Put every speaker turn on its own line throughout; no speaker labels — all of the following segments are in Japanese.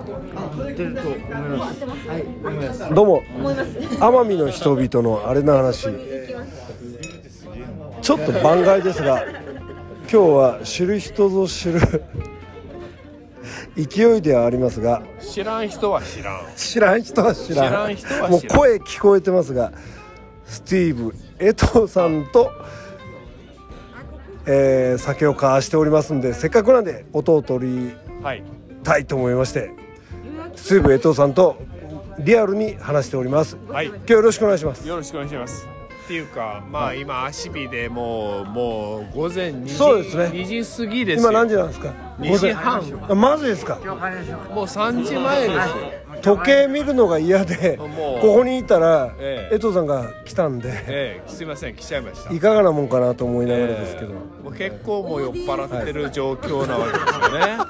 ってると思います。はい、思います。
どうも
思います。
奄美の人々のあれの話
行きます。
ちょっと番外ですが今日は知る人ぞ知る勢いではありますが
知らん人は知らん
知らん人は知らん
知らん人は知らん
もう声聞こえてますがスティーブ江藤さんと、えー酒を交わしておりますんでせっかくなんで音を取り
はい
たいと思いましてスティーブ江藤さんとリアルに話しております
はい
今日よろしくお願いします
よろしくお願いしますっていうかまあ今足日でもうもう午前2時
そうですね
2時過ぎですよ
今何時なんですか
2時半
午前あマジですか
もう3時前ですよ
時計見るのが嫌でこ
もう
こにいたら
ええ
江藤さんが来たんで
ええすいません来ちゃいました
いかがなもんかなと思いながらですけど、
ええもう結構もう酔っ払ってる状況なわけですよね、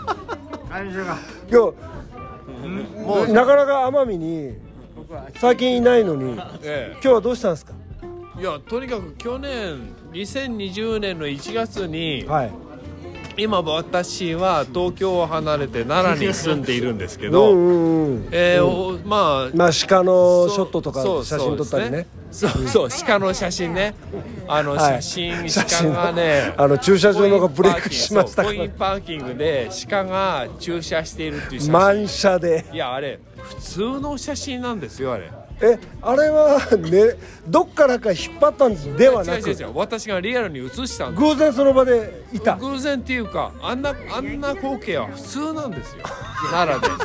今日なかなか奄美に最近いないのに今
え
日はどうしたんですか
えいやとにかく去年2020年の1月に、
はい
今私は東京を離れて奈良に住んでいるんですけ
う
ど、
んうんうん
えーおまあ
まあ鹿の
そう
ショットとか
そう
写真撮ったりね
そうですねそうそう鹿の写真ねあの
はい
写真、
写
鹿
真
がね
あの駐車場のがブレイクしましたか
コイ
ら
ンパーキングそうコインパーキングで鹿が駐車しているっていう写真、
満車で
いやあれ普通の写真なんですよあれ
えあれはねどっからか引っ張ったんではな
違う違う
く
違う私がリアルに写したんです
偶然その場でいた
偶然っていうかあんなあんな光景は普通なんです よ奈良で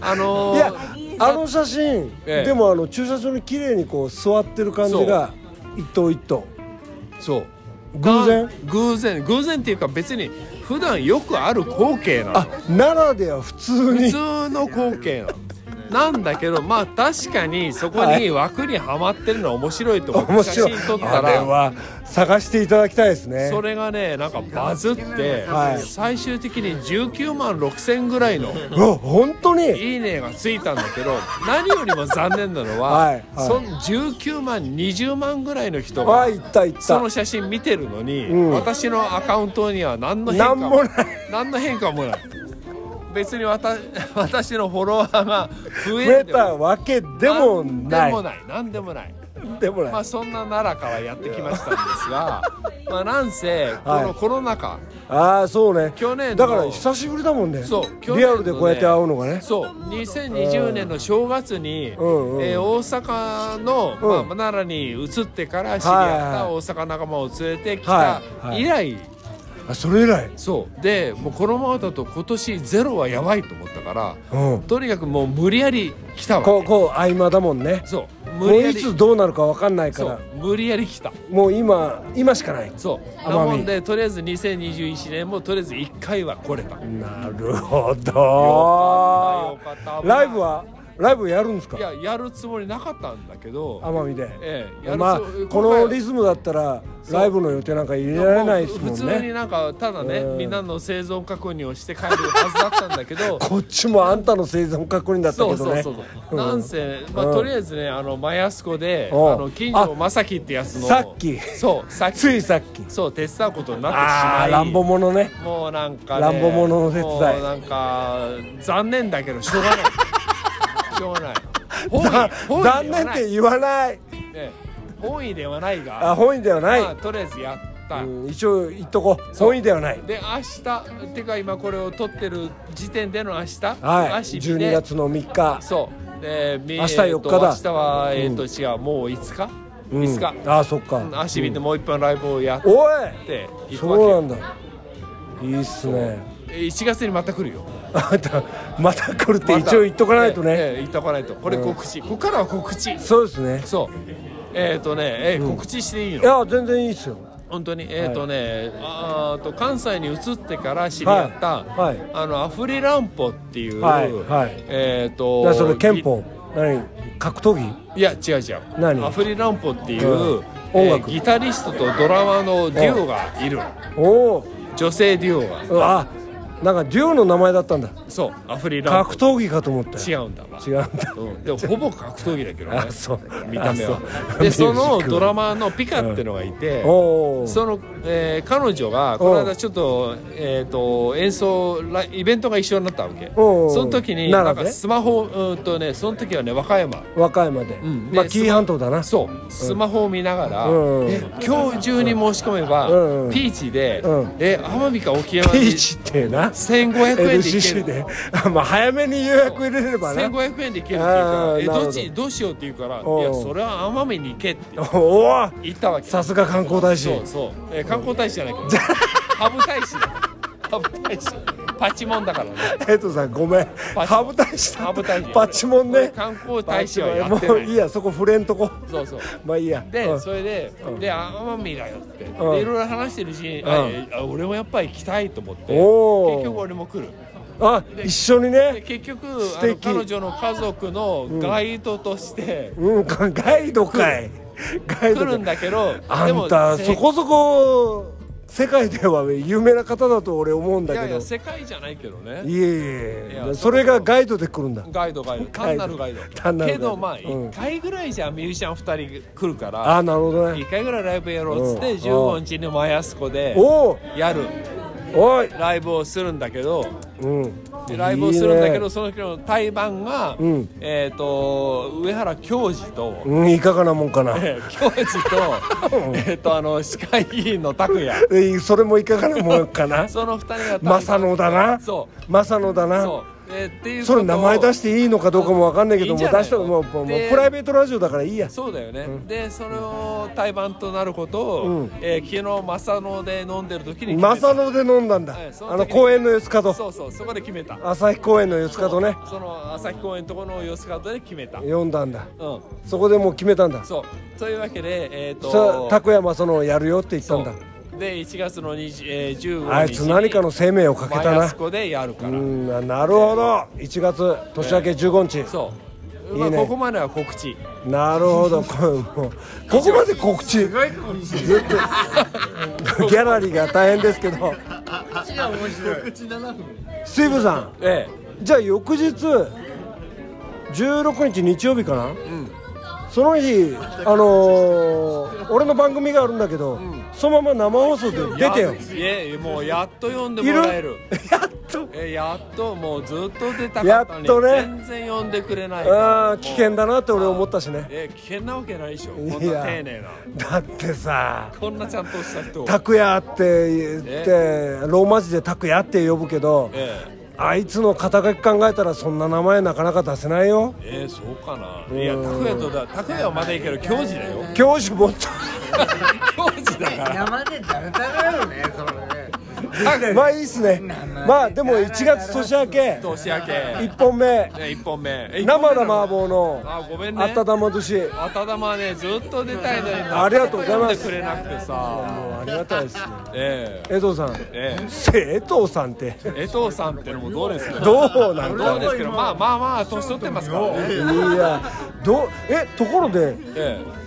あのー
いやあの写真、
ええ
でもあの駐車場に綺麗にこう座ってる感じが一頭一頭
そう
偶然
偶然偶然っていうか別に普段よくある光景なの
あ奈良では普通
普
に
通の光景なのなんだけどまあ確かにそこに枠にはまってるのは面白いと思って
面
写
白い
真撮った
あれ
ら
は探していただきたいですね
それがねなんかバズって
はい
最終的に19万6000ぐらいの
うわ本当に
いいねがついたんだけど何よりも残念なの
は
はい
はい
その19万20万ぐらいの人
あ
が
いったいっ
その
た
写真見てるのに、
ん
私のアカウントには何の変化
なんもない
何の変化もない別にわた 私のフォロワーが増
増
え
えたわけで
で
もない
何でもない何でもない
でもない、
まあそんな奈良からやってきましたんです がまあなんせこ
は
の
い
コロナ禍
ああそうね
去年の
だから久しぶりだもんね
そう去年
リ
のね
アルでこうやって会うのがね
そう2020年の正月に、
うんうん
えー大阪の、
うん
まあ、奈良に移ってから知り合った大阪仲間を連れてきた
はいはい
以来、
あそれ以来
そうでもうこのままだと今年ゼロはやばいと思ったから
うん
とにかくもう無理やり来たわ
こう
け
こう合間だもんね
そう無
も
理
う
や
い
り
つどうなるかわかんないか
そ
ら
う無理やり来た
もう今今しかない
そう
奄美
なもんでとりあえず2021年もとりあえず1回は来れた
なるほど
よかったよかった
ライブはライブやるんですか
いややるつもりなかったんだけど
奄美で、
ええやるつ
まあ
今回
このリズムだったら
そう
ライブの予定なんか入れられないです
もう
もん
普通に
ね
なんかただね、
うん
みんなの生存確認をして帰るはずだったんだけど
こっちも あんたの生存確認だった
そ
け
う
ど
そ
ね
うそうそうなんせ、まあ
うん
とりあえずねあのマヤスコであ
おう
の近所正樹ってやつの
さっき
そうさっき
ついさっき
そう手伝うことになって
あ
しま
あ
い
乱暴者ね
もうなんか、ね、
乱暴者の手伝い
もうなんか残念だけどしょうが ないしょうがない本意
ざ
本意で
残
は
念っ
ない
て言わない
ええ本意ではないが
あ本意ではない、
まあ、とりあえずやった、
うん一応言っとこう本意ではない
で明日てか今これを撮ってる時点での明日、
はい
足日
12
で
月の3日
そうでみ
明日
えーと
4日だ
明日はえっ、と、違うもう5日、
うん
5日
ああそっか、
うん足日でもう一本ライブをやっ
おい
ていくわけ
そう
よ
なんだいいっすね
え1月にまた来るよ
あんたまた来るって一応言っとかないと
ええ
ね、
ええ言っとかないとこれ告知、ここからは告知
そうですね
そうえっ、とね、ええ告知していいの
いや全然いいっすよ
本当にえっ、とね、あーと関西に移ってから知り合った、
はいはい
あのアフリランポっていう、
はいはい
えっ、
だ
と
からそれ憲法何格闘技
いや違う違う
何
アフリランポっていう、
うん
え
音
ー
楽
ギタリストとドラマーのデュオがいる
おお
女性デュオが
あなんかデュオの名前だったんだ
そうアフリラン
格
プ
闘技かと思った
違
よ
うんだわ
違うんだ
うん、でもほぼ格闘技だけどね
あそう
見た目は
あそう
でその
ミュージック
ドラマーのピカってのがいて、
おお
その、えー彼女がこの間ちょっと,、えー、と演奏ライイベントが一緒になったわけ
おうおう
その時にな
奈良
んか
で
スマホうーんとねその時はね和歌山
和歌山で、
ん
まあ
で
紀伊半島だな
そうスマホを見ながら、
うん
え今日中に申し込めば、
うん
ピーチで、
うん
え奄美か沖山
ピ
に
ーチってな
1500円で行け
LCC
る
でまあ早めに予約入れればな
1500円で行けるっていう
あ
か
ー
らえ
なるほど
どっちどうしようって言うからいや
おう
それは奄美に行けって
おお
言ったわけ
さすが観光大使
そうそう、えー観光大使じゃない けどハブ大使だハブ大使パチモンだからね
えっとさんごめん
パチモン
ハブ大使
ハブ大使
パッチモン
俺
ね
観光大使はや
パ
っ
ッチ
て
モン
な
もういい
い
やそこ触れんとこ
そうそう
まあいいや
で、
うん
それで、
うん
で奄美だよって、でい
うん
ろいろ話してるし、
ん
あえあ俺もやっぱり行きたいと思って
おー
結局俺も来る
あ一緒に
で
ね
結局
素
あの
敵
彼女の家族のガイドとして
うんかガイドかいガイ
来
ドか
るん
い
だけど、
あ
でも
んた
せ
そこそこ世界では有名な方だと俺思うん
い
だ
やい
けど
や世界じゃないけどね
いえい
い
え
や
それがガイドで来るんだ
ガイドガイド単なるガイド
単なるガイド
けどまあ
うん
1回ぐらいじゃミュージシャン2人来るから、
あなるほどね
1回ぐらいライブやろうっつっ
う
て
ん
15日にマヤスコで
おお
やる
おい
ライブをするんだけど
うん
でライブをするんだ
い
けど
いね
その時の対バンが、
うん
えっ、と上原教授と、
うんいかがなもん かな
えー教授とえっとあの歯科医院の拓也
えそれもいかがなもんかな
その2人が対バン
正野だな
そう
正野だな
そう、えーってい う
それ名前出
て
していいのかどうかもわかんないけど
いいん
も
じ
う
ゃない
出したらもうもうもう
で
プライベートラジオだからいいや
そうだよね、でそれを対バンとなることを、
うん
えー昨日正野で飲んでる時に決めた
正野で飲んだんだ
はいその時
あの公園の四つ角
そうそうそこで決めた
朝日公園の四つ角ね
そうその朝日公園のとこの四つ角で決めたうん
読んだんだそこでもう決めたんださ
そうというわけでえっ、ー、
あ
と
拓山そのやるよって言ったんだ
そうで1月の20、えー、15日に
あいつ何かの生命をかけた
マヤ
な
スコでやるか
う
ら、
んあなるほど1月年明け15日
そう
いいね
まあ、ここまでは告知
なるほ どこれもうここまで告知ずっとギャラリーが大変ですけ どスイブさん
え
じゃあ翌日16日日曜日かな、その日あのー俺の番組があるんだけど、そのまま生放送で
え
出てよ
やいえもうやっと読んで
いる
もらえる
やっと
えやっともうずっと出たかったのに
やっとね
全然読んでくれないから
あー危険だなって俺思ったしね
え危険なわけないでしょこん
い
な
や
丁寧な
だってさ
こんなちゃんとした
「
人を
拓也」って言って、ローマ字で「拓也」って呼ぶけど、
ええ
あいつの肩書き考えたらそんな名前なかなか出せないよ
えー、そうかな。いや、拓也とだ、拓也はまだいいけど、教授だよ。
教師もっと
教授だから。
山でだれだれよねそれね
まあいいっすねまあでも1月年明け
年明け。
1本目
ね、一本目。え
生の麻婆の
あ、ごめんね。
あたたま寿司
あただまね、ずっと出たいのに。
ありがとうございます
読んでくれなくてさ。
もうありがたいですね
ええ
江藤さん
ええ
江藤さんって
江藤さんってのもどうですか。
どうなん
どう
だ
ですけど、まあまあまあ、年取ってますからね。
いやどうえところで
ええ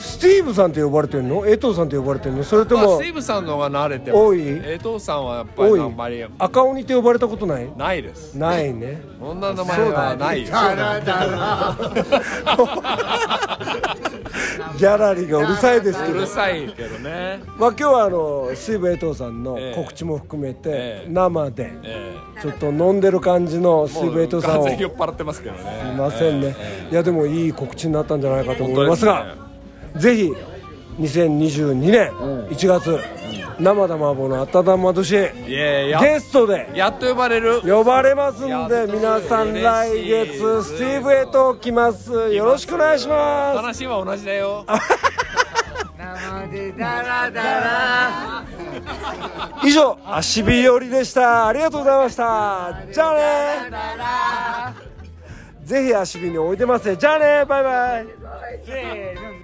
スティーブさんって呼ばれてんの江藤さんって呼ばれてんのそれと
まあ、
も
スイブさんの方が慣れてます。
多い
江藤さんはやっぱ
お
り
い
あんまり。
赤鬼って呼ばれたことない
ないです。
ないね
女の名前はないよ。
だらだら
ギャラリーがうるさいですけ
う
ど
るさいけどね。
まあ今日はあの水分江藤さんの
ええ
告知も含めて、
ええ
生で
ええ
ちょっと飲んでる感じの水分江藤さん
もう
をい
完全に酔っ払ってますけどねすい
ませんね、いやでもいい告知になったんじゃないかと思いますがぜひ2022年1月、生田麻婆の温ま年
いやいや
ゲストで
やっと呼ばれる
呼ばれますん
や
で
っと
皆さん来月
嬉しい
スティーブ江藤来ますよろしくお願いします
話は同じだよ
生でだらだら
以上足日和でしたありがとうございましたじゃあね
だら
ぜひ足火においでますねじゃあねバイバイ
せーの